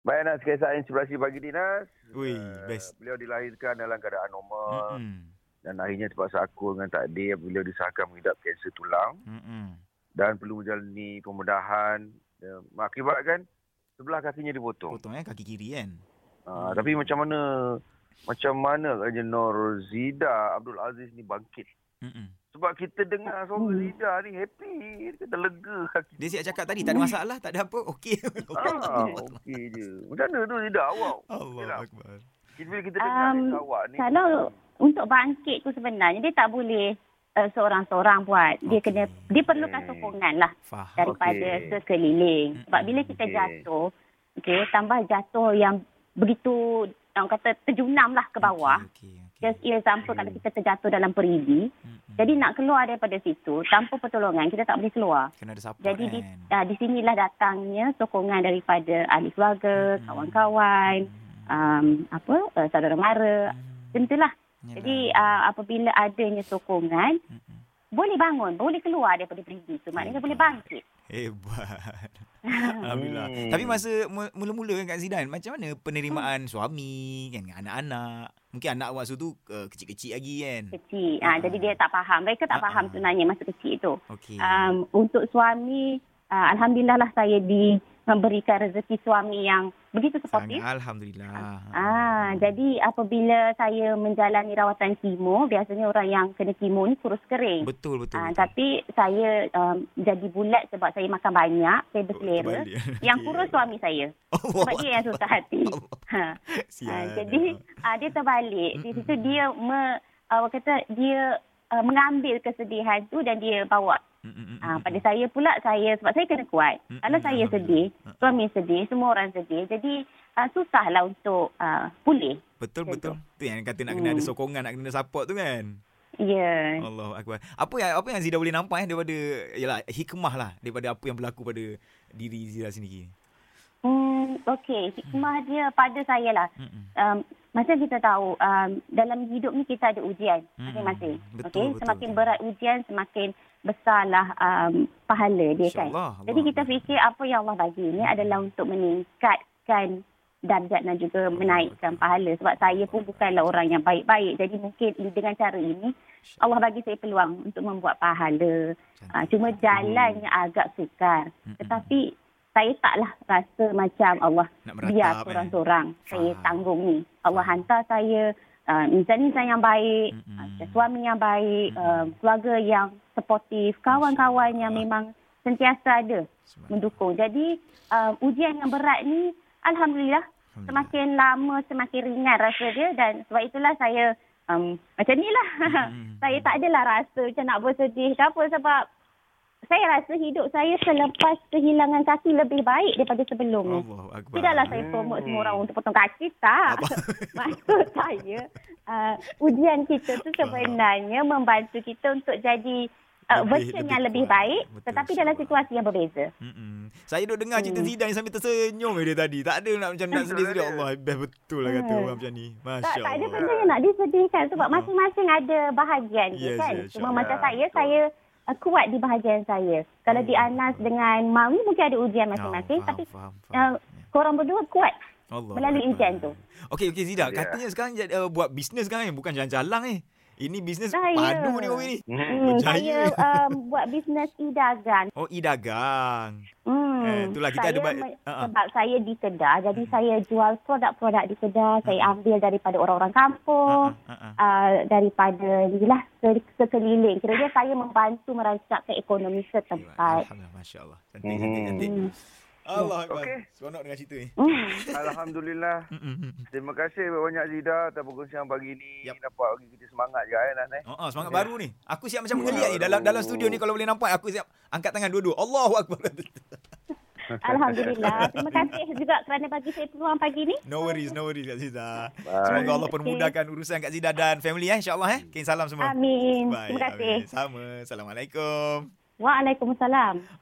Baik Anas, kisah inspirasi bagi Dinas. Ui, Eh, best. Beliau dilahirkan dalam keadaan normal Mm-mm. dan akhirnya terpaksa aku dengan takdir beliau disahkan mengidap kanser tulang Mm-mm. dan perlu menjalani pembedahan. Eh, Mengakibatkan sebelah kakinya dipotong. Potong eh kaki kiri kan. Ah, tapi macam mana macam mana Raja Nur Zida Abdul Aziz ni bangkit? Mm-mm. Sebab kita dengar Oh. suara Zida ni happy, dia kata lega kaki. Dia siap cakap tadi tak ada masalah, tak ada apa. Okey. Ah, okey je. Macam mana tu Zida awak? Allah akbar. Kita- Bila kita dengar Um, cerita awak ni. kalau- Untuk bangkit tu sebenarnya dia tak boleh uh, seorang-seorang buat. Dia Okey. kena dia perlukan Hmm. sokongan lah Faham. daripada Okey. sekeliling. Sebab bila kita Okey. jatuh, okey, tambah jatuh yang begitu orang kata terjunam lah ke bawah. Okey, okey. Just example Hmm. kalau kita terjatuh dalam perigi, Mm-mm. jadi nak keluar daripada situ tanpa pertolongan kita tak boleh keluar. kena ada support Jadi kan. di, uh, di sinilah datangnya sokongan daripada ahli keluarga, Hmm. kawan-kawan, um, apa uh, saudara mara. lah. Tentulah. Ya. Jadi ah. uh, apabila adanya sokongan, boleh bangun, boleh keluar daripada perigi tu. Maknanya Hebat. boleh bangkit. Hebat. Alhamdulillah. Hmm. Tapi masa mu- mula-mula kan Kak Zidan, macam mana penerimaan Hmm. suami kan anak-anak? Mungkin anak awak waktu tu uh, kecil-kecil lagi kan. Kecil. Ah, Ah. Jadi dia tak faham. Mereka tak Ah, faham ah. sebenarnya masa kecil tu. Okey. Um, untuk suami, ah, Alhamdulillah lah saya di memberikan rezeki suami yang begitu Sangat Ya. supportive. alhamdulillah. Ah, jadi apabila saya menjalani rawatan kimo, biasanya orang yang kena kimo ni kurus kering. betul betul. Ah, betul. tapi saya um, jadi bulat sebab saya makan banyak, Oh, saya berselera. Terbalik. Yang Okey. kurus suami saya. Allah. Sebab dia yang susah hati. Ha. Ah, Sial. jadi ah, dia terbalik. Di Ya, Mm-mm. situ dia me, ah, orang kata dia ah, mengambil kesedihan tu dan dia bawa. Mm, mm, mm, Ah, mm, pada mm. saya pula saya sebab saya kena kuat. Mm-mm, Kalau saya Alhamdulillah. sedih, suami sedih, semua orang sedih. Jadi ah, susahlah untuk ah, pulih. Betul betul. Macam Tu yang kata nak kena ada Hmm. sokongan, nak kena support tu kan. Ya. Allah akbar. Apa yang apa yang Zida boleh nampak eh daripada yalah hikmah lah daripada apa yang berlaku pada diri Zida sendiri. Hmm, okey, hikmah dia pada saya lah. Mm, mm. Um, macam kita tahu, um, dalam hidup ni kita ada ujian masing-masing. Mm, betul, Okey, betul, semakin betul. berat ujian, semakin besarlah um, pahala dia kan. InsyaAllah. Jadi kita Allah. fikir apa yang Allah bagi ni adalah untuk meningkatkan darjat dan juga menaikkan pahala. Sebab saya pun bukanlah orang yang baik-baik. Jadi mungkin dengan cara ini, Allah bagi saya peluang untuk membuat pahala. Cantik. Ah, cuma jalannya agak sukar. Mm-mm. Hmm. Tetapi saya taklah rasa macam Allah Nak biar meratap kan. seorang-seorang saya Faham. tanggung ni. Allah Faham. Hmm. hantar saya uh, insan-insan yang baik, Mm-mm. uh, suami yang baik, Mm-mm. uh, keluarga yang sportif, kawan-kawan yang memang sentiasa ada Semangat. mendukung. Jadi uh, ujian yang berat ni alhamdulillah Alhamdulillah. semakin lama semakin ringan rasa dia dan sebab itulah saya um, macam ni lah. Mm-mm. saya tak adalah rasa macam nak bersedih ke apa sebab saya rasa hidup saya selepas kehilangan kaki lebih baik daripada sebelum ni. Allah akbar. Tidaklah lah, saya promote semua orang untuk potong kaki, tak. Maksud saya, uh, ujian kita tu sebenarnya membantu kita untuk jadi uh, Lebih- version lebih yang lebih kuat. baik, Betul, tetapi dalam insyaAllah. situasi yang berbeza. Mm-mm. Saya duduk dengar cerita Hmm. Zidane sambil tersenyum dia tadi. Tak ada nak macam nak Betul sedih-sedih. ada. Allah, best betul lah kata Hmm. orang macam ni. Tak, Masya tak ada Allah. benda yang nak disedihkan sebab Ha-ha. masing-masing ada bahagian dia Yes, kan. yes, insyaAllah. Cuma macam saya, Betul. saya uh, kuat di bahagian saya. Kalau Hmm. di Anas dengan Mawi mungkin ada ujian masing-masing, Oh, tapi faham, faham, uh, faham. korang berdua kuat. Allah melalui Akbar. ujian tu. Okey okey Zida, Ya. katanya sekarang jadi, uh, buat bisnes sekarang eh, bukan jalan-jalan eh. Ini bisnes Saya. padu ni orang ni. Hmm. Hmm, Berjaya. saya um, buat bisnes e-dagang. Oh, e-dagang. Hmm, Eh, itulah kita saya ada ba- Ah, Hmm. me- Ha-ha. sebab saya di Kedah, jadi saya jual produk-produk di Kedah. Saya Hmm. ambil daripada orang-orang kampung, Ha, ha, ha, ha. uh, daripada inilah se- sekeliling. Kiranya saya membantu merancangkan ekonomi setempat. Alhamdulillah, masya-Allah. Cantik, cantik, Hmm. cantik. Hmm. Allah Akbar. Okey. Seronok dengan cerita ni. Hmm. Alhamdulillah. Mm-mm. Terima kasih banyak Zida atas perkongsian pagi ni. Yap. Dapat bagi kita semangat je eh Nas eh. Oh, oh, semangat Ya. baru ni. Aku siap macam mengeliat ni dalam dalam studio ni kalau boleh nampak aku siap angkat tangan dua-dua. Allahu akbar. Alhamdulillah. Terima kasih juga kerana bagi saya peluang pagi ni. No worries, no worries Kak Zida. Baik. Semoga Allah Okey. permudahkan urusan Kak Zida dan family eh insya-Allah eh. Kirim salam semua. Amin. Baik, Terima kasih. amin. Sama. Assalamualaikum. Waalaikumsalam.